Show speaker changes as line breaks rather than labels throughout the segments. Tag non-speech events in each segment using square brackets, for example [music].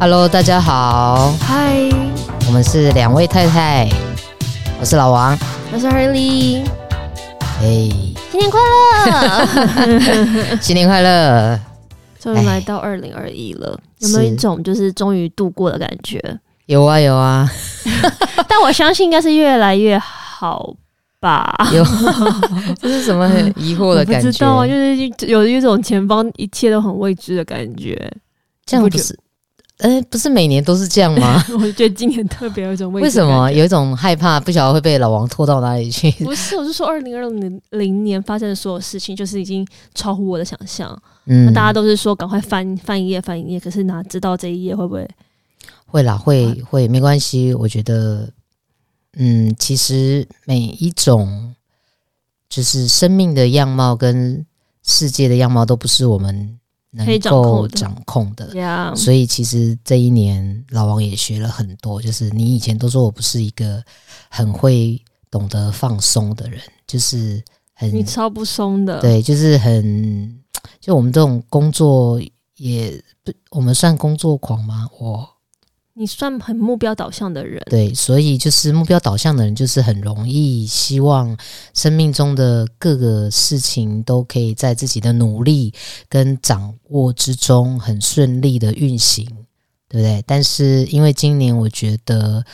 Hello，大家好，
嗨，
我们是两位太太，我是老王，
我是 Harley，
哎，
新年快
[laughs]
乐！
新年快乐！
终于来到二零二一了，有没有
是
一种就是终于度过的感觉？
有啊有啊
但我相信应该是越来越好吧。
有，这是什么很疑惑的
我不
感觉？
知道啊，就是一有一种前方一切都很未知的感觉。
这样不是？呃，不是每年都是这样
[laughs]
吗？
我觉得今年特别有一种未知。
为什么？有一种害怕，不晓得会被老王拖到哪里去？ [laughs]
不是，我是说二零二零零年发生的所有事情，就是已经超乎我的想象。那
嗯
大家都是说赶快翻翻一页，翻一页，可是哪知道这一页会不会？
会啦，会会没关系。我觉得，嗯，其实每一种就是生命的样貌跟世界的样貌都不是我们能
可以掌控
够
的
掌控的。
呀、
所以其实这一年，老王也学了很多。就是你以前都说我不是一个很会懂得放松的人，就是很
你超不松
嗯
的。
对，就是很就我们这种工作也不，我们算工作狂吗？我
你算很目标导向的人，
对，所以就是目标导向的人，就是很容易希望生命中的各个事情都可以在自己的努力跟掌握之中很顺利的运行，对不对？但是因为今年，我觉得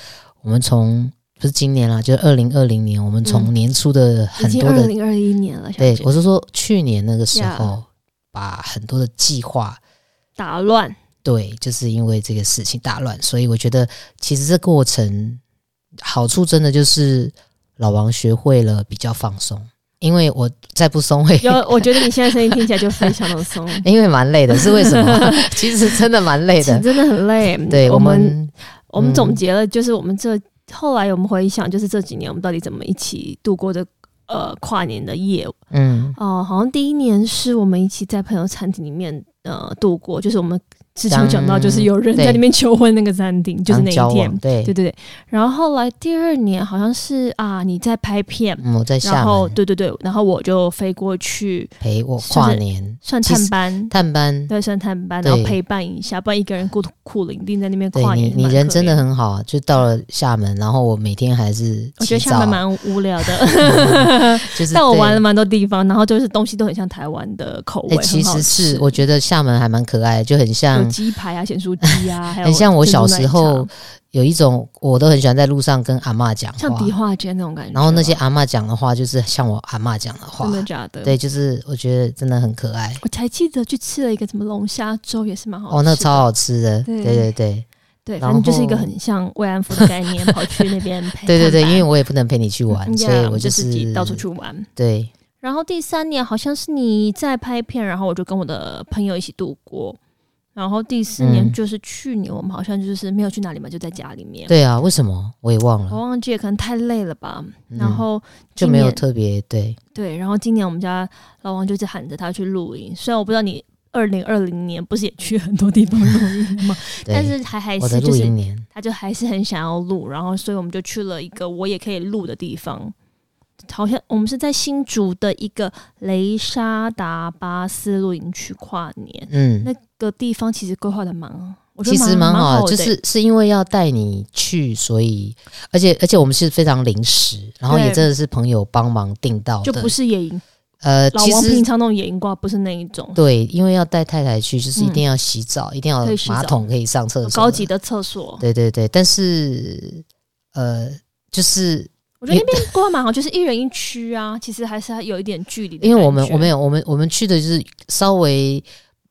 我们从不是今年啦，就是二零二零年，我们从
嗯
年初的很
已经
多
二
的，
零二一年了，小
对
姐
我是说去年那个时
Yeah
候，把很多的计划
打乱，
对，就是因为这个事情大乱，所以我觉得其实这过程好处真的就是老王学会了比较放松，因为我再不松会，
有，我觉得你现在声音听起来就非常
[laughs]
的松，
因为蛮累的，是为什么？ [laughs] 其实真的蛮累的。
真的很累。
对
我
我
们
们，
我们
嗯
总结了，就是我们这后来我们回想，就是这几年我们到底怎么一起度过这呃跨年的夜哦、
嗯，
好像第一年是我们一起在朋友餐厅里面呃度过，就是我们之前有讲到，
当
就是有人
对
在里面求婚那个餐厅，就是那
刚交
一
往
天。
对
对，对对，然后后来第二年好像是啊，你在拍片，
嗯我在厦
然后
门
对对对，然后我就飞过去
陪我
是
跨年
算
其
探
实
班，
探班，
对，算探班，然后
对
陪伴一下，不然一个人孤苦伶仃在那边
对
跨
你，
年，
你
蛮可
人真的
怜，
很好啊，就到了厦门，然后我每天还是
我觉得
起
厦门
早
蛮无聊
[laughs]
的， [laughs]
就是
但我
对
玩了蛮多地方，然后就是东西都很像台湾的口味，
哎，其
很好
实是
吃
我觉得厦门还蛮可爱的，就很像
有鸡排啊、咸酥鸡啊，还
[laughs]
有
很像我
珍珠
小
奶
时候
茶，
有一种我都很喜欢在路上跟阿嬷讲
像
话，
迪化街那种感觉吧，
然后那些阿嬷讲的话就是像我阿嬷讲的话
真，的假的？
对，就是我觉得真的很可爱。
我才记得去吃了一个什么龙虾粥，也是蛮好吃的。
哦，那超好吃的，对
对
对对
对，
然
反正就是一个
后
很像慰安妇的概
[laughs]
念，跑去那边陪
对对对，
探
因
班
为我也不能陪你去玩，
哎嗯
所
呀
以
我
我
们就是自己到处去玩。
对，
然后第三年好像是你在拍片，然后我就跟我的朋友一起度过。然后第四年
嗯
就是去年，我们好像就是没有去哪里嘛，就在家里面。
对啊，为什么我也忘
我
了，
忘记了，可能太累了吧。
嗯
哦然后
就
今
没有
年
特别对，
对，然后今年我们家老王就是喊着他去露营，虽然我不知道你二零二零年不是也去很多地方露营了吗？
[laughs] 对
但是还还
我的
是就
露
是
营年，
他就还是很想要录，然后所以我们就去了一个我也可以录的地方，好像我们是在新竹的一个雷沙达巴斯露营区跨年，
嗯
那，个地方其实规划的蛮，我觉
其
得
实
蛮
蛮好
的
的，就是是因为要带你去，所以而且而且我们是非常临时，然后也
对
真的是朋友帮忙订到的，
就不是野营，
呃，
老
其
王
实
平常那种野营挂不是那一种
对，因为要带太太去，就是一
嗯
定要洗澡，一定要
可以洗
马
澡
桶可以上厕所，
高级。的厕所，
对对对，但是呃，就是
我觉得那边规划蛮好，就是一人一区啊，其实还是有一点距离的感觉，
因为我们我们有我们我们去的就是稍微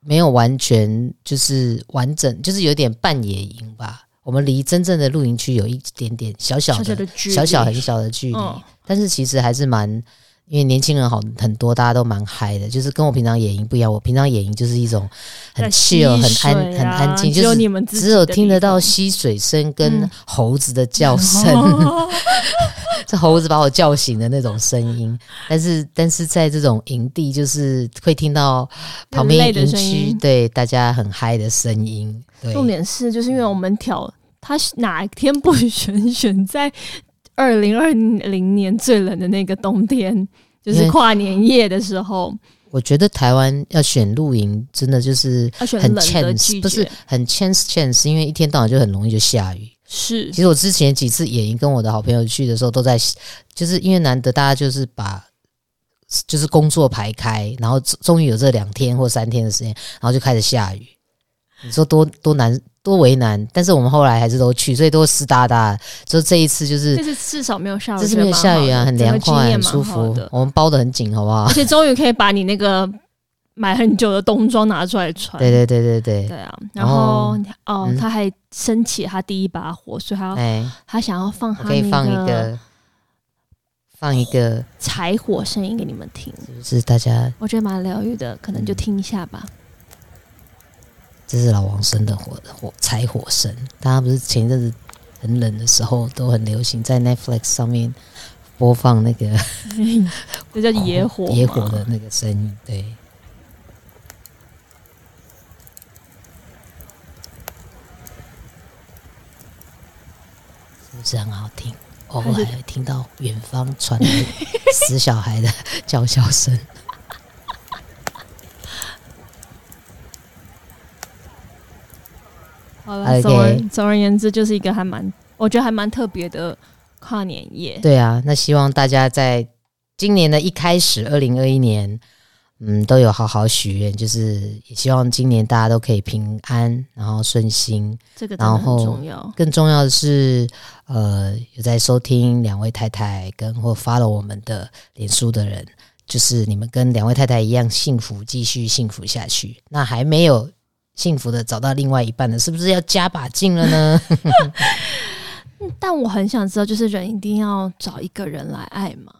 没有完全就是完整，就是有点半野营吧。我们离真正的露营区有一点点小小
小小
的
的距离，
小小很小的距离，
嗯
但是其实还是蛮，因为年轻人好很多，大家都蛮嗨的，就是跟我平常野营不一样。我平常野营就是一种很
在
chill、很
溪
安、
水
很
啊
安静，
只
就
有
是
你们自己
只有
的
听
地
得
[laughs]
到
方
溪水声跟
嗯
猴子的叫声，
[laughs] 哦
这猴子把我叫醒的那种声音。但是，但是在这种营地，就是会听到旁
人类
边
的
营
声
区
音
对大家很嗨的声音。对，
重点是，就是因为我们挑他是哪一天不选选在二零二零年最冷的那个冬天，就
因
是
为
跨年夜的时候，
我觉得台湾要选露营，真的就是
要选
很
冷的季
chance，
节，
不是很 chance chance，因为一天到晚就很容易就下雨。
是
其实我之前几次野营跟我的好朋友去的时候，都在就是因为难得大家就是把就是工作排开，然后终终于有这两天或三天的时间，然后就开始下雨。你说多多难多为难，但是我们后来还是都去，所以都湿哒哒。所以这一次就是
这次至少没有下雨，
这次没有下雨啊，很凉快，很舒服
的。，
我们包的很紧，好不好
而？且终于可以把你那个买很久的冬装拿出来穿。
对对对对对，
对啊，
然
然
后
后哦
嗯，
他还升起他第一把火，所以他要
哎，
他想要放
我
他
可以放一
那个
个放一个，
柴火声音给你们听，
是不是大家
我觉得蛮疗愈的，可能
嗯
就听一下吧。
这是老王生的火火柴火神，大家不是前一阵子很冷的时候都很流行在 Netflix 上面播放那个
这叫野火，
[laughs] 野火的。那个声音，对。是不是很好听？偶尔还会听到远方传来死小孩的叫嚣声。
好了，总
OK
而总而言之，就是一个还蛮，我觉得还蛮特别的跨年夜。
对啊，那希望大家在今年的一开始，二零二一年，嗯，都有好好许愿，就是也希望今年大家都可以平安，然后顺心。
这个真的
然
很
后
重要。
更重要的是，呃，有在收听两位太太跟或 follow 我们的脸书的人，就是你们跟两位太太一样幸福，继续幸福下去。那还没有幸福的找到另外一半的，是不是要加把劲了呢？
但我很想知道，就是人一定要找一个人来爱吗？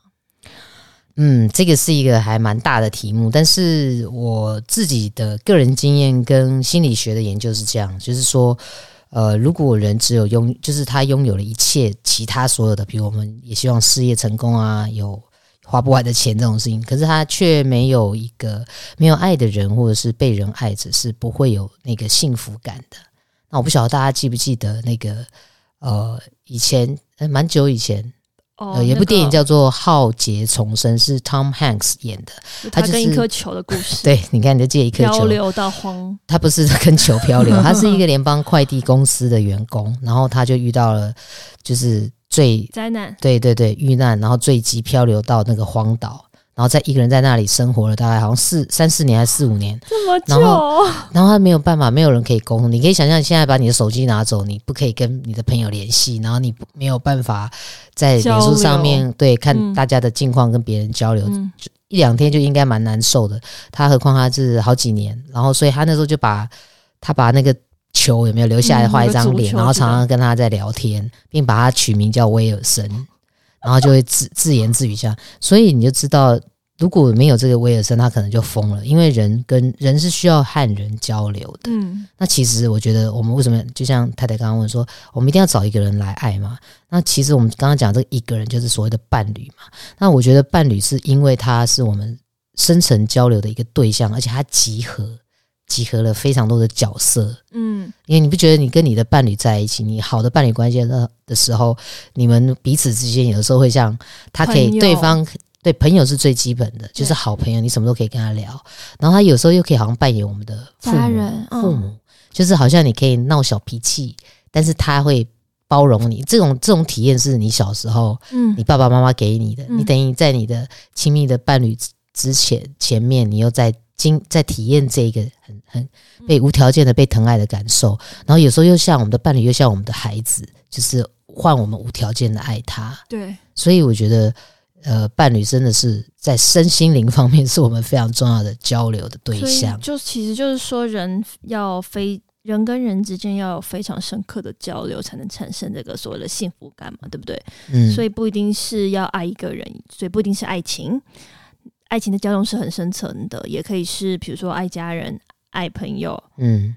嗯，这个是一个还蛮大的题目，但是我自己的个人经验跟心理学的研究是这样，就是说，呃，如果人只有拥，就是他拥有了一切其他所有的，比如我们也希望事业成功啊，有花不完的钱这种事情，可是他却没有一个没有爱的人，或者是被人爱着，是不会有那个幸福感的。那我不晓得大家记不记得那个，呃，以前呃蛮久以前，
哦
呃，有一部电影
那个
叫做《浩劫重生》，是 Tom Hanks 演的。它
他
就是
跟一颗球的故事，
对，你看，你就借一颗
漂
球，
流到荒，
他不是跟球漂流，他是
[laughs]
一个联邦快递公司的员工，然后他就遇到了就是最
灾难。
对对对遇难，然后坠机漂流到那个荒岛，然后在一个人在那里生活了大概好像四三四年还是四五年，
这么久
然，然后他没有办法，没有人可以沟通。你可以想象，现在把你的手机拿走，你不可以跟你的朋友联系，然后你不没有办法在脸书上面对看
嗯
大家的近况跟别人交流，
嗯，
一两天就应该蛮难受的。他何况他是好几年，然后所以他那时候就把他把那个球有没有留下来
嗯
画一张
那个足
脸，
球
然后常
知
常
道
跟他在聊天，并把他取名叫威尔森，然后就会自自言自语这样。所以你就知道，如果没有这个威尔森，他可能就疯了，因为人跟人是需要和人交流的。
嗯，
那其实我觉得，我们为什么就像太太刚刚问说，我们一定要找一个人来爱嘛？那其实我们刚刚讲这个一个人就是所谓的伴侣嘛。那我觉得伴侣是因为他是我们深层交流的一个对象，而且他集合集合了非常多的角色。
嗯，
因为你不觉得你跟你的伴侣在一起，你好的伴侣关系的的时候，你们彼此之间有的时候会像他可
朋
以
友
对方对朋友是最基本的，就是好朋友，你什么都可以跟他聊。然后他有时候又可以好像扮演我们的父母
家人，
父
嗯，
母，就是好像你可以闹小脾气，但是他会包容你。这种这种体验是你小时候
嗯
你爸爸妈妈给你的，
嗯
你等于在你的亲密的伴侣之之前前面，你又在经在体验这个很很
嗯
被无条件的被疼爱的感受，然后有时候又像我们的伴侣，又像我们的孩子，就是换我们无条件的爱他。
对，
所以我觉得，呃，伴侣真的是在身心灵方面是 [laughs] 我们非常重要的交流的对
所
象
以。就其实就是说，人要非人跟人之间要有非常深刻的交流，才能产生这个所谓的幸福感嘛，对不对？
嗯，
所以不一定是要爱一个人，所以不一定是爱情。爱情的交融是很深层的，也可以是比如说爱家人、爱朋友、 [laughs]
嗯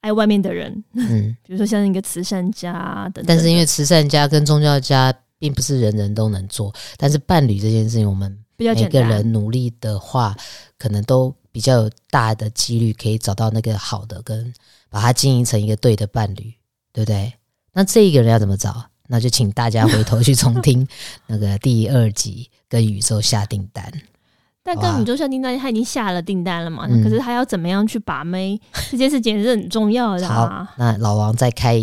爱外面的人，
嗯。
比如说像一个慈善家啊等等的。
但是因为慈善家跟宗教家并不是人人都能做，但是伴侣这件事情，我们
比较
每
简
个
单，
人努力的话，可能都比较有大的几率可以找到那个好的，跟把它经营成一个对的伴侣，对不对？那这一个人要怎么找？那就
[laughs]
请大家回头去重听那个第二集《跟宇宙下订单》。
但根本就像订单，他已经下了订单了嘛，
嗯
可是他要怎么样去把妹，这件事情是很重要的
好
啊。，
那老王再开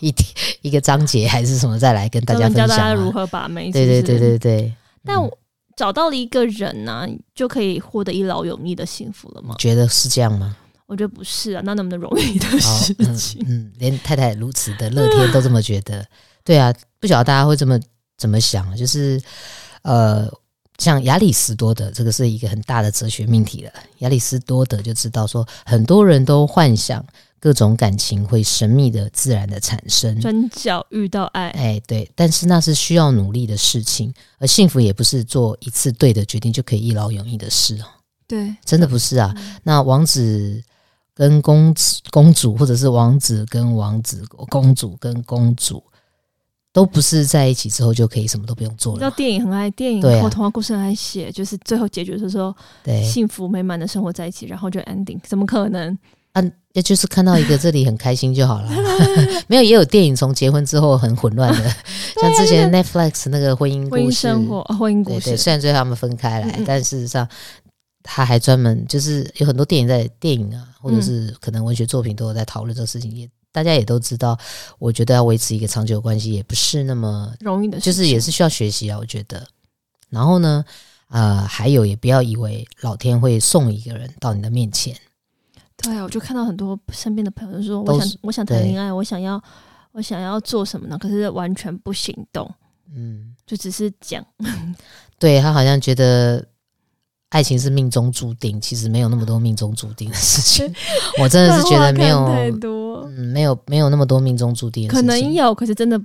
一题一个章节还是什么，再来跟大
专
家分
门教
享、
大
啊。
家如何把妹，
对对
是不是
对对对，
但我找到了一个人呢、就可以获得一劳永逸的幸福了吗？
觉得是这样吗？
我觉得不是啊，那能不能容易的
嗯好
事，
嗯
情？嗯
嗯，连太太如此的乐天都这么觉得。对啊，不晓得大家会这么怎么想，啊就是呃，像亚里士多德，这个是一个很大的哲学命题了。亚里士多德就知道说，很多人都幻想各种感情会神秘的自然的产
[laughs]
生，
转角遇到爱，
哎，对，但是那是需要努力的事情，而幸福也不是做一次对的决定就可以一劳永逸的事哦，
对，
真的不是啊。
嗯
那王子跟公子、公主，或者是王子跟王子、公主跟公主，都不是在一起之后就可以什么都不用做
你知道
了嘛。
电影很爱电影
对啊
或童话故事很爱写，就是最后结局的时候，
对，
幸福美满的生活在一起，然后就 ending，怎么可能？
啊，也就是看到一个这里很开心就
[laughs]
好了。没有，也有电影从结婚之后很混乱的，像之前 Netflix 那个婚姻
啊婚
故
姻
事，
生活、啊婚姻故
对
事
对，，虽然最后他们分开来，
嗯嗯
但事实上他还专门就是有很多电影在电影啊，或者是
嗯
可能文学作品都有在讨论这个事情，也大家也都知道，我觉得要维持一个长久的关系也不是那么，
容易的事情，
就是也是需要学习啊，我觉得。然后呢，呃，还有也不要以为老天会送一个人到你的面前，
对啊，我就看到很多身边的朋友说，
都
我
是
想我想谈
对
恋爱，我想要我想要做什么呢？可是完全不行动，
嗯，
就只是讲，
对他好像觉得爱情是命中注定，其实没有那么多命中注定的事
[laughs]
情，我真的是觉得没有
漫画看太多，
嗯，没有没有那么多命中注定的事
可
情，
能有，可是真的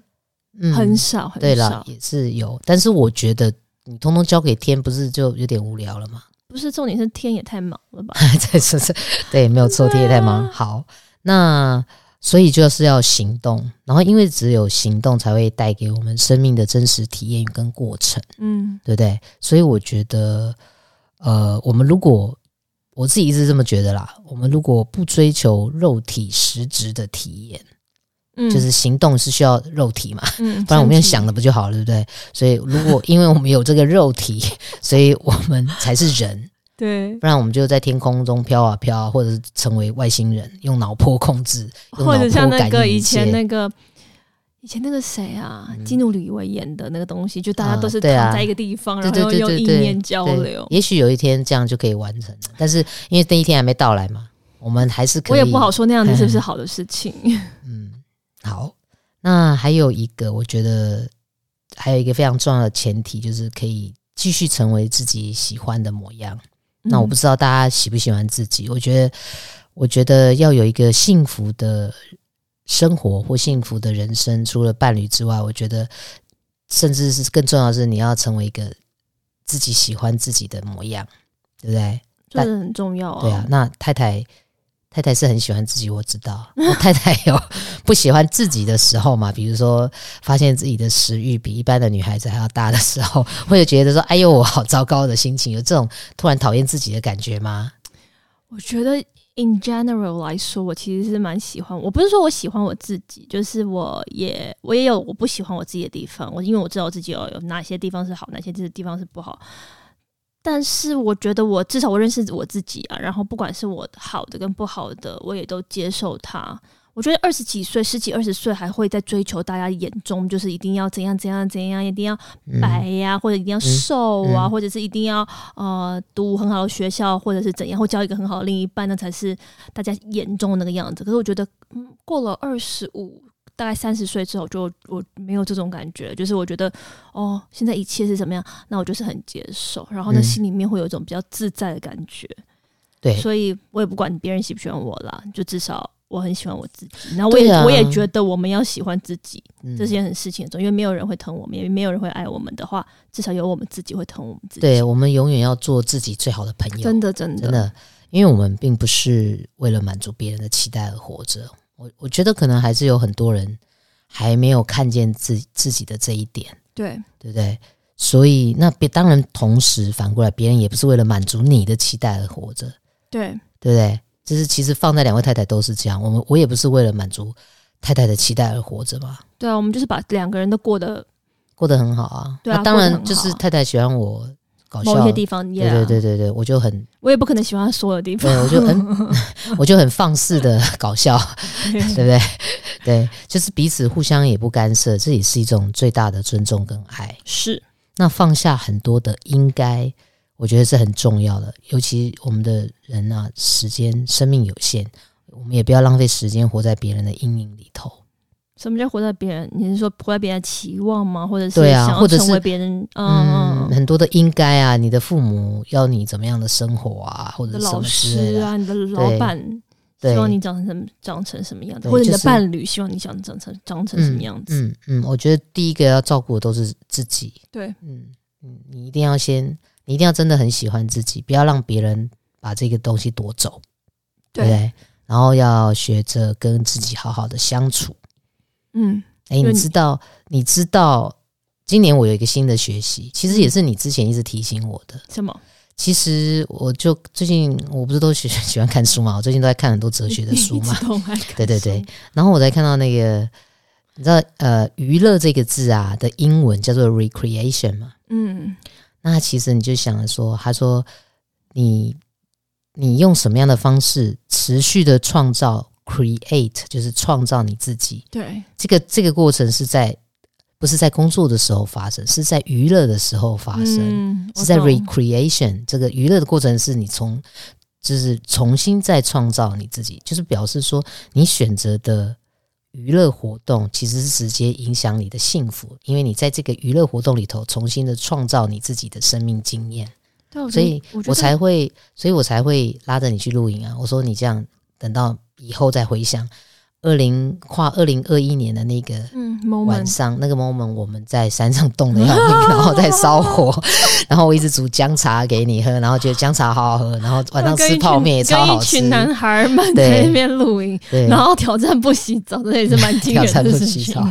嗯
很少，很
对啦
少，。
也是有，但是我觉得你通通交给天，不是就有点无聊了吗？ [laughs]
不是重点是天也太忙了吧？
在这这，对，没有错，天也太忙。
啊
好，那所以就是要行动，然后因为只有行动才会带给我们生命的真实体验跟过程，
嗯，
对不对？所以我觉得，呃，我们如果我自己一直这么觉得啦，我们如果不追求肉体实质的体验，
嗯
就是行动是需要肉体嘛，
嗯，
不然我们
身
用
体
想的不就好了，对不对？所以如果因为我们有这个肉体， [laughs] 所以我们才是人，
对，
不然我们就在天空中飘啊飘啊，或者是成为外星人，用脑波控制，用
或者像
脑波
那个
感应
以
一切嗯
前那个。以前那个谁啊，基努里维演的那个东西，就大家
啊
都是
对啊
躺在一个地方，
对
哦然后
对对
用
对
意
对
念交
对
流，。
也许有一天这样就可以完成了，但是因为那一天还没到来嘛，我们还是可
我
以。
也不好说那样子是
[laughs]
不是好的事情。
嗯，好，那还有一个，我觉得还有一个非常重要的前提，就是可以继续成为自己喜欢的模样。那我不
嗯
知道大家喜不喜欢自己，我觉得，我觉得要有一个幸福的生活或幸福的人生，除了伴侣之外，我觉得甚至是更重要的是，你要成为一个自己喜欢自己的模样，对不对？
这个很重要啊。
对啊，那太太太太是很喜欢自己，我知道。我太太有不喜欢自己的时候嘛，比如说发现自己的食欲比一般的女孩子还要大的时候， [laughs] 会觉得说：“哎呦，我好糟糕的心情。”有这种突然讨厌自己的感觉吗？
我觉得 in general 来说，我其实是蛮喜欢。我不是说我喜欢我自己，就是我也我也有我不喜欢我自己的地方。我因为我知道我自己有有哪些地方是好，哪些地方是不好。但是我觉得我至少我认识我自己啊，然后不管是我好的跟不好的，我也都接受它。我觉得二十几岁、十几二十岁还会在追求大家眼中就是一定要怎样怎样怎样，一定要
嗯、
白呀、或者一定要瘦啊，
嗯
或者是一定要呃读很好的学校，或者是怎样，或交一个很好的另一半，那才是大家眼中的那个样子。可是我觉得，嗯，过了二十五，大概三十岁之后就，我没有这种感觉，就是我觉得哦，现在一切是怎么样，那我就是很接受，然后呢，
嗯
心里面会有一种比较自在的感觉，
对，
所以我也不管别人喜不喜欢我啦，就至少。我很喜欢我自己，然后我也、
对啊
我也觉得我们要喜欢自己，
嗯
这件事情中，因为没有人会疼我们，也没有人会爱我们的话，至少有我们自己会疼我们自己。
对我们永远要做自己最好的朋友，
真的真的
真的，因为我们并不是为了满足别人的期待而活着。我我觉得可能还是有很多人还没有看见自自己的这一点。
对
对不对？所以那别当然，同时反过来，别人也不是为了满足你的期待而活着，
对
对不对？就是其实放在两位太太都是这样，我们我也不是为了满足太太的期待而活着嘛，
对啊，我们就是把两个人都过得
过得很好啊。
对啊
那当
过得很
然
好
就是太太喜欢我，搞
某一
笑
些。地方，
对
yeah,
对对对对，我就很
我也不可能喜欢所有地方
对，，我就很
[laughs]
我就很放肆的搞笑，
对
对不对？对，就是彼此互相也不干涉，这也是一种最大的尊重跟爱。
是
那放下很多的应该，我觉得是很重要的。尤其我们的人啊，时间生命有限，我们也不要浪费时间活在别人的阴影里头。
什么叫活在别人？你是说活在别人的期望吗？或者是
对啊
想要
或者
成为
是
别人？嗯
嗯，，很多的应该啊，你的父母要你怎么样的生活啊，或
你
者
的
是什
老
么之类
师
的。
啊，你的老
对
板。
对
希望你长成什么长成什么样子，
对
或者你的
就是
伴侣希望你想长成长成什么样子？
嗯嗯，我觉得第一个要照顾的都是自己。
对，
嗯嗯，你一定要先，你一定要真的很喜欢自己，不要让别人把这个东西夺走，对不
对，
对？然后要学着跟自己好好的相处。
嗯，
哎，
因为
你
你
知道，你知道，今年我有一个新的学习，其实也是你之前一直提醒我的。
什么？
其实我就最近，我不是都喜喜欢看书嘛，我最近都在看很多哲学的
[laughs]
书嘛。对对对，然后我才看到那个，你知道，呃，娱乐这个字啊的英文叫做 recreation 嘛。
嗯，
那其实你就想着说，他说你你用什么样的方式持续的创造 create，就是创造你自己。
对，
这个这个过程是在不是在工作的时候发生，是在娱乐的时候发生，
嗯
是在
我懂
recreation 这个娱乐的过程是你从就是重新再创造你自己，就是表示说你选择的。娱乐活动其实是直接影响你的幸福，因为你在这个娱乐活动里头重新的创造你自己的生命经验，
对我觉
所
得
以
我觉
我
得
才会，所以我才会拉着你去露营啊。我说你这样等到以后再回想二零跨二零二一年的那个
嗯
晚
，moment
上那个 moment，我们在山上冻得要命，然后在烧
[laughs]
火，然后我一直煮姜茶给你喝，然后觉得姜茶好好喝，然后晚上
跟
吃
一
泡
群
面也超好吃
跟一群，男孩儿们
对
在那边露营，
对，
然后挑战不洗澡，这也是蛮惊
挑
人
战不 [laughs]
的事
洗
情
澡。，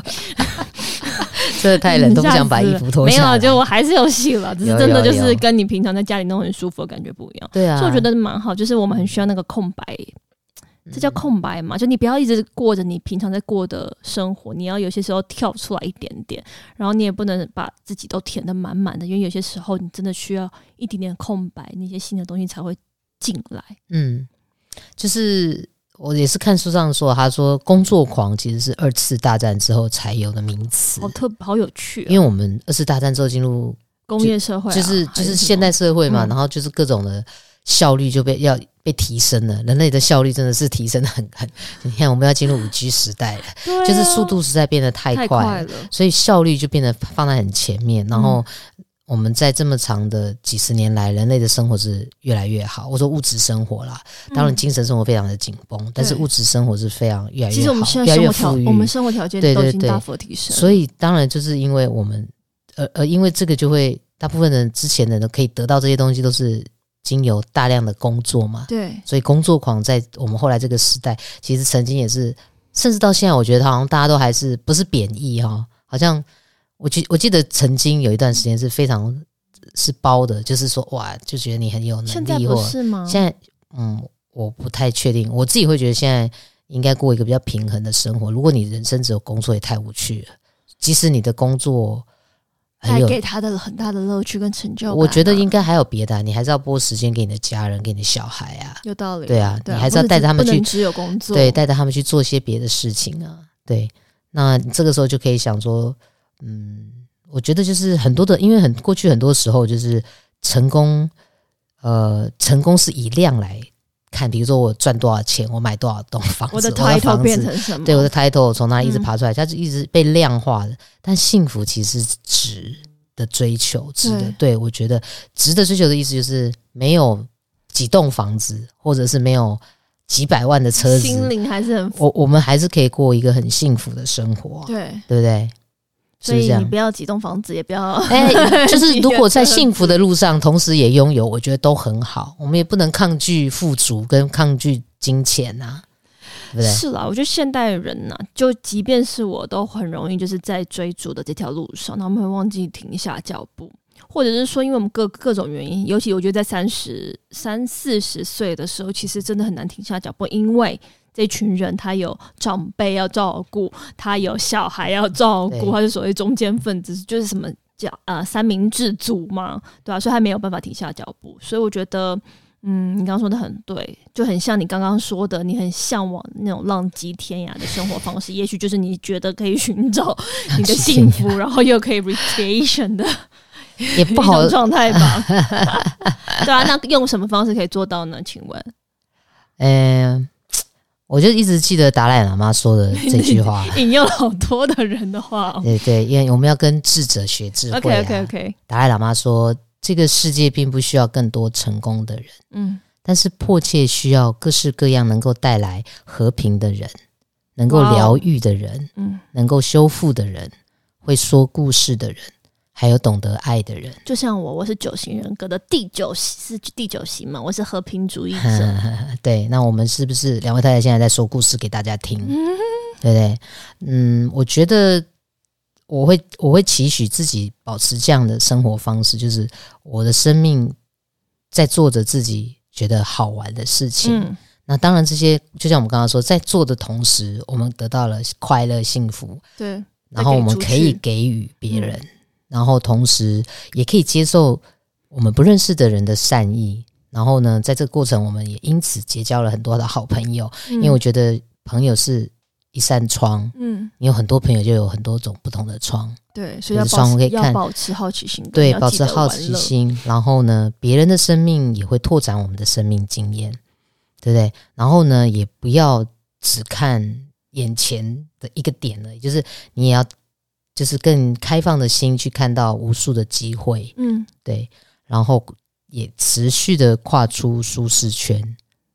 [laughs]
真的太冷，都不
嗯吓
想把
死
衣
了
服脱
没
下
有，啊
来。
就我还是有洗了，只是
有
真的
有
就是
有
跟你平常在家里那种很舒服的感觉不一样。
对啊，
所以我觉得蛮好，就是我们很需要那个空白，
嗯
这叫空白嘛？就你不要一直过着你平常在过的生活，你要有些时候跳出来一点点，然后你也不能把自己都填得满满的，因为有些时候你真的需要一点点空白，那些新的东西才会进来。
嗯，就是我也是看书上说，他说工作狂其实是二次大战之后才有的名词
好，哦特哦好有趣、
因为
为
我们二次大战之后进入
工业社会啊、
就是
还
就是
什么
现代社会嘛，
嗯
然后就是各种的效率就被要被提升了，人类的效率真的是提升的很很，你看我们要进入五 G 时代了，
对啊
就是速度实在变得太
太
快了，
快了，
所以效率就变得放在很前面，然后。
嗯
我们在这么长的几十年来，人类的生活是越来越好。我说物质生活啦，当然
嗯
精神生活非常的紧绷，但是
对
物质生活是非常越来
其
越
实我们
好，
现
越
在
来
生
越
活条
富裕。
我们生活条件
对
都
对
已经
对
大幅提升，
所以当然就是因为我们呃呃，因为这个就会大部分人之前的人可以得到这些东西，都是经由大量的工作嘛。
对
所以工作狂在我们后来这个时代，其实曾经也是，甚至到现在，我觉得好像大家都还是不是贬义哈、好像我记我记得曾经有一段时间是非常是包的，就是说哇，就觉得你很有
现
能
在
力
不
或
是吗？
现在，嗯，我不太确定，我自己会觉得现在应该过一个比较平衡的生活。如果你人生只有工作，也太无趣了。即使你的工作很
带
有，
给他的很大的乐趣跟成就感啊、
我觉得应该还有别的啊、你还是要拨时间给你的家人，给你的小孩啊，
有道理。
对啊
对
你还是要带着他们
不能
去
只有工作。
对，带着他们去做些别的事情啊，对。那你这个时候就可以想说，嗯，我觉得就是很多的，因为很过去很多时候就是成功，呃，成功是以量来看，比如说我赚多少钱，我买多少栋房子，
我
我
的
房
title
子
变成什么？
嗯对我的 title 从哪里一直
嗯
爬出来，它就一直被量化的。但幸福其实是值的追求，值的
对。
对我觉得值得追求的意思就是没有几栋房子，或者是没有几百万的车
心
子，
灵还是很
我我们还是可以过一个很幸福的生活啊、
对，
对不对？是
所
不是这
以你
样
不？要几栋房子，也不要
哎、
[laughs]
就是如果在
幸
幸福的路上，同时也拥有，我觉得都很好。我们也不能抗拒富足跟抗拒金钱呐、对不对？
是啦，我觉得现代人呐、就即便是我，都很容易就是在追逐的这条路上，他们会忘记停下脚步，或者是说，因为我们各各种原因，尤其我觉得在三十三四十岁的时候，其实真的很难停下脚步，因为。这群人他有长辈要照顾，他有小孩要照顾，
对
他是所谓中间分子，就是什么脚呃三明治族嘛，对吧、所以他没有办法停下脚步。所以我觉得，嗯，你刚刚说的很对，就很像你刚刚说的，你很向往那种浪迹天涯的生活方式，也许就是你觉得可以
[laughs]
寻找你的幸福，然后又可以 recreation 的
也
一
不好
种状态
[laughs]
吧？对啊，那用什么方式可以做到呢？请问？
嗯，我就一直记得达赖喇嘛说的这句
[laughs]
话。
引用了好多的人
[laughs]
的话、哦。
对对，因为我们要跟智者学智慧、啊。
OK OK OK，
达赖喇嘛说，这个世界并不需要更多成功的人，
嗯，
但是迫切需要各式各样能够带来和平的人，能够
哇哦
疗愈的人，
嗯，
能够修复的人，会说故事的人，还有懂得爱的人。
就像我，我是九型人格的第九是第九型嘛，我是和平主义者。
[laughs] 对，那我们是不是两位太太现在在说故事给大家听？
嗯
对不对？嗯，我觉得我会我会期许自己保持这样的生活方式，就是我的生命在做着自己觉得好玩的事情。
嗯
那当然，这些就像我们刚刚说，在做的同时，我们得到了快乐、幸福，
对，
然后我们可
再给出去嗯
以给予别人，然后同时也可以接受我们不认识的人的善意。然后呢，在这个过程，我们也因此结交了很多的好朋友，因为我觉得朋友是一扇窗，
嗯
你有很多朋友，就有很多种不同的窗。
对，所以要
就是
保
双
持
可以
要
看
保持好奇心，
对，
要
保
记
持
得
好
玩
奇
乐，
心，然后呢，别人的生命也会拓展我们的生命经验，对不对？然后呢，也不要只看眼前的一个点了，就是你也要就是更开放的心去看到无数的机会，
嗯
对，然后也持续的跨出舒适圈，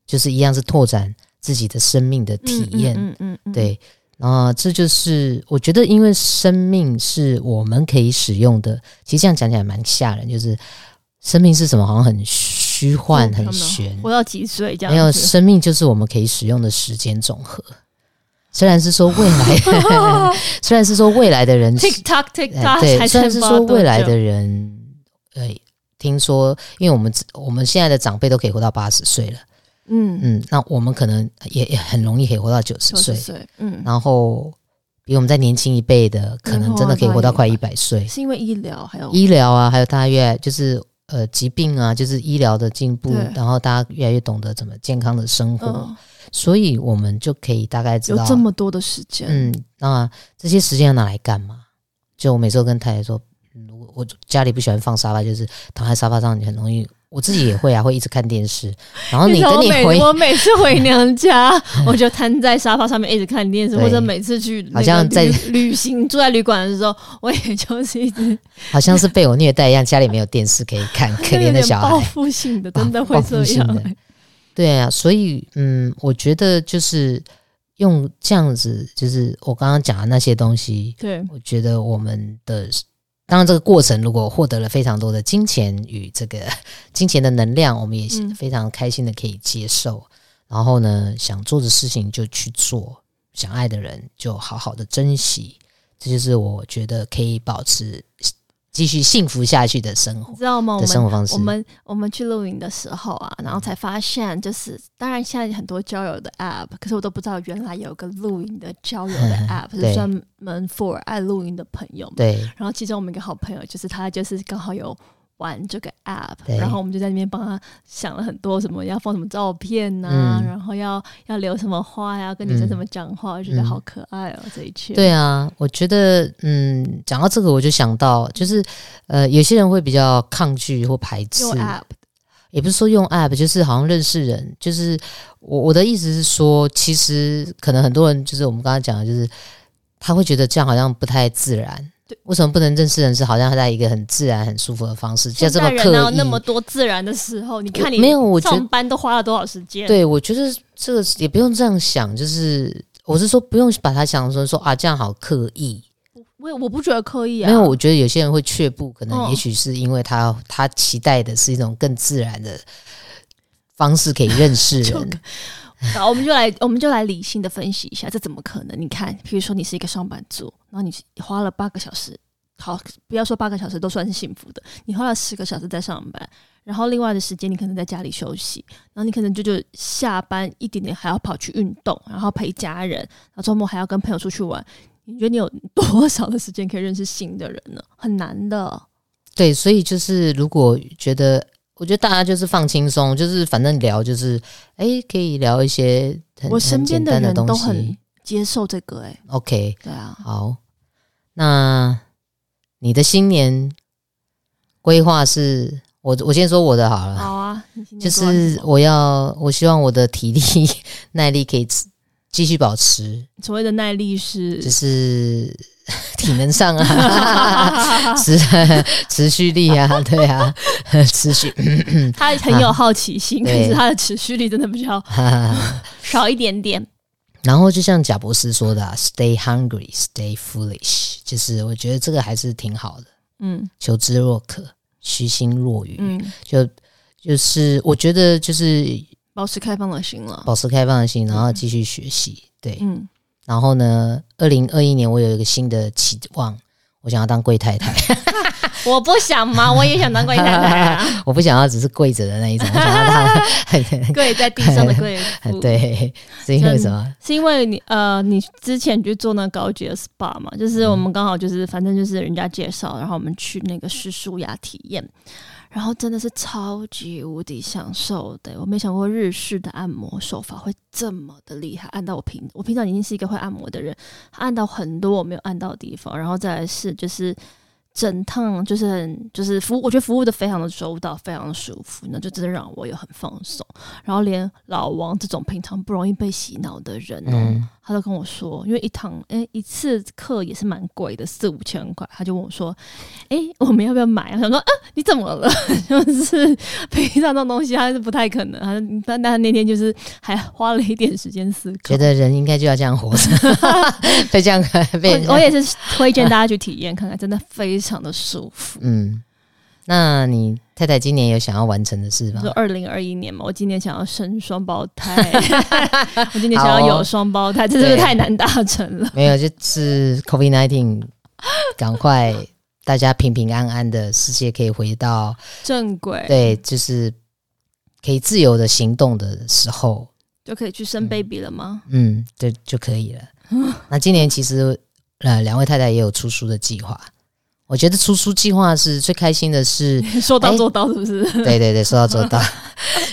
就是一样是拓展自己的生命的体验。
嗯嗯嗯，
对，啊、这就是我觉得，因为生命是我们可以使用的。其实这样讲起来蛮吓人，就是生命是什么，好像很虚幻、很玄。
我要几岁这
没有，[laughs]
样子？
生命就是我们可以使用的时间总和。虽然是说未
[laughs]
来，虽然是说未来的人
Tick tock tick
哎
tock，
对，
还
虽然是
欠发
说
多
未来
久
的人，呃，听说，因为我们我们现在的长辈都可以活到八十岁了，
嗯
嗯，那我们可能也也很容易可以活到九十
九
岁
十，岁，嗯，
然后比我们再年轻一辈的，可能真的可以活到快一百岁。
是因为医疗还有
医疗啊，还有大家越来就是呃疾病啊，就是医疗的进步
对，
然后大家越来越懂得怎么健康的生活，
嗯
所以我们就可以大概知
有
道
这，么多的时间，
嗯，那这些时间要拿来干嘛？就我每次都跟太太说，嗯我我家里不喜欢放沙发，就是躺在沙发上你很容易。我自己也会啊，会一直看电视，然后
你
你
知道
等
我
你
每
回
我每次回
[laughs]
娘家，我就瘫在沙发上面一直看电视，
对
或者每次去那个
好像在
旅旅行住在旅馆的时候，我也就是一直
好像是被我虐待一样，家里没有电视可以看，
[laughs]
可怜
有
的
点
小孩
报。复性的，真的会
报复
这
性
样
的。对啊，所以嗯，我觉得就是用这样子，就是我刚刚讲的那些东西，
对，
我觉得我们的当然这个过程如果获得了非常多的金钱与这个金钱的能量，我们也
嗯
非常开心的可以接受。然后呢，想做的事情就去做，想爱的人就好好的珍惜，这就是我觉得可以保持继续幸福下去的生活
你知道吗？我
的生
们
活方式。
我们我们去露营的时候啊，
嗯
然后才发现，就是当然现在很多交友的 app，可是我都不知道原来有个露营的交友
[laughs]
的 app
对
是专门 for 爱露营的朋友们。
对
然后其中我们一个好朋友，就是他就是刚好有玩这个 app，
对
然后我们就在那边帮他想了很多什么要放什么照片呐、啊，
嗯
然后要要留什么话呀、跟女生
嗯
怎么讲话，我觉得
嗯
好可爱哦，这一切。
对啊，我觉得，嗯，讲到这个，我就想到，就是，呃，有些人会比较抗拒或排斥
用，app，
也不是说用 app，就是好像认识人，就是我我的意思是说，其实可能很多人就是我们刚刚讲的，就是他会觉得这样好像不太自然
对。
为什么不能认识人是好像在一个很自然、很舒服的方式，就
现
这
代
么
人
刻
哪有
意？
那么多自然的时候？你看你
没有我觉得
上班都花了多少时间？啊
对，我觉得这个也不用这样想，就是我是说不用把它想成说啊这样好刻意，
我我不觉得刻意啊，
没有，我觉得有些人会却步，可能
嗯
也许是因为他、他期待的是一种更自然的方式可以认识
[laughs] 就
人。
[laughs] 好，我们就来，我们就来理性的分析一下，这怎么可能？你看，比如说你是一个上班族，然后你花了八个小时，好，不要说八个小时都算是幸福的，你花了十个小时在上班，然后另外的时间你可能在家里休息，然后你可能就就下班一点点还要跑去运动，然后陪家人，然后周末还要跟朋友出去玩。你觉得你有 [laughs] 多少的时间可以认识新的人呢？很难的。
对，所以就是如果觉得，我觉得大家就是放轻松，就是反正聊就是，哎，可以聊一些很
我身边
很简单的
人
东
都
西。
很接受这个、欸，哎，
OK，
对啊，
好，那你的新年规划是？我我先说我的好了，
好啊，你今
就
天说完
是我要，我希望我的体力 [laughs] 耐力可以持继续保持，
所谓的耐力是
就是 [laughs] 体能上啊， [laughs] 持持续力啊，对啊，持续，
他很有好奇心，可
啊对
是他的持续力真的
[laughs]
比较少一点点。
然后就像贾博士说的、啊、，“Stay hungry, stay foolish”，就是我觉得这个还是挺好的，
嗯
求知若渴，虚心若愚，
嗯，
就就是我觉得就是
保持开放的心了。
保持开放的心，然后继续学习，对，
嗯，
然后呢，二零二一年我有一个新的期望，我想要当贵太太， [laughs]
我不想嘛，我也想当贵太太
[laughs]
啊，
我不想要只是跪着的那一种，我想要当 [laughs] 很
跪在地上的贵
[laughs]
妇。，
对，是因为什么？
是因为你呃，你之前去做那高级的 SPA 嘛，
嗯
就是我们刚好就是反正就是人家介绍，然后我们去那个是舒雅体验，然后真的是超级无敌享受的。我没想过日式的按摩手法会这么的厉害，按到我平我平常已经是一个会按摩的人，按到很多我没有按到的地方，然后再来是就是。整趟就是很就是服务，我觉得服务的非常的周到，非常的舒服，那就真的让我有很放松。然后连老王这种平常不容易被洗脑的人、哦，
嗯
他都跟我说，因为一堂诶、一次课也是蛮贵的，四五千块，他就问我说：“诶、我们要不要买？”我想说：“啊，你怎么了？” [laughs] 就是平常这种东西，他是不太可能。他但但他那天就是还花了一点时间思考
觉。得人应该就要这样活着， [laughs] 被
[laughs]
这样被人家
我我也是推荐大家去体验看看，真的非常的舒服。
嗯，那你太太今年有想要完成的事吗
就？二零二一年嘛，我今年想要生双胞胎，
[laughs]
我今年想
好
要
哦
有双胞胎，这是不是
对
太难达成了？
[laughs] 没有，就是 COVID nineteen，赶快大家平平安安的，世界可以回到
正轨，
对，就是可以自由的行动的时候，
就可以去生 baby 了吗？
嗯，对就可
[laughs]
以了。那今年其实呃，两位太太也有出书的计划。我觉得出书计划是最开心的是，
说到
哎
做到，是不是？ [laughs]
对对对，说到做到，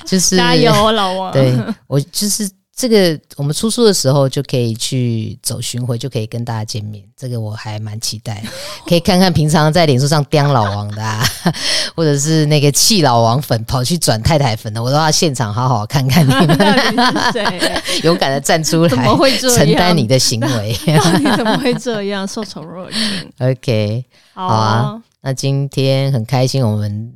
就是
加油啊，老王！
对我就是这个，我们出书的时候就可以去走巡回，就可以跟大家见面。这个我还蛮期待，可以看看平常在脸书上刁老王的、啊， [laughs] 或者是那个气老王粉跑去转太太粉的，我都要现场好好看 [laughs] 看你们，
[laughs] 到底是谁？
[laughs] 勇敢的站出
怎
来
么，会这样？
承担你的行
[laughs]
为。
到底怎么会这样？受宠若
[laughs]
惊。
OK，
好
啊，那今天很开心，我们。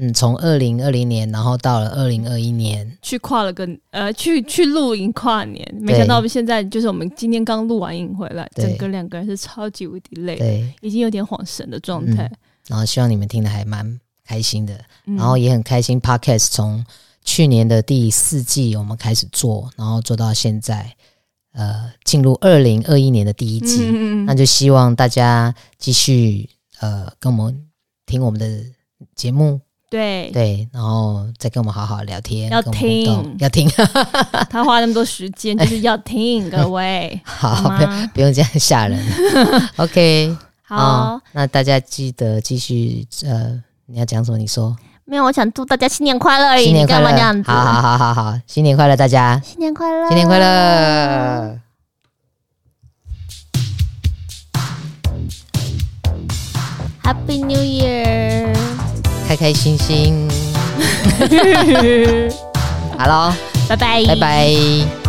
嗯，从二零二零年，然后到了二零二一年，
去跨了个呃，去去露营跨年，没想到现在就是我们今天刚录完营回来，
对
整个两个人是超级无敌累，
对，
已经有点恍神的状态。
然后希望你们听得还蛮开心的。
嗯
然后也很开心，Podcast 从去年的第四季我们开始做，然后做到现在，呃，进入二零二一年的第一季，
嗯
那就希望大家继续呃跟我们听我们的节目，
对
对，然后再跟我们好好聊天，
要
跟我们互动
听
要听， [laughs]
他花那么多时间，就是要听各
[laughs] 哎
位，
好，不要
吗？
不用这样吓
[laughs]
人，OK， [laughs]
好，
那大家记得继续呃。你要讲什么？你说
没有，我想祝大家新年快乐而已，
新年
你
快
干
乐
嘛这样！子？
好好好好好，新年快乐，大家！
新年快乐，
新年快乐！
，Happy New Year！
开开心心。好喽，
[laughs] 拜拜，
拜拜。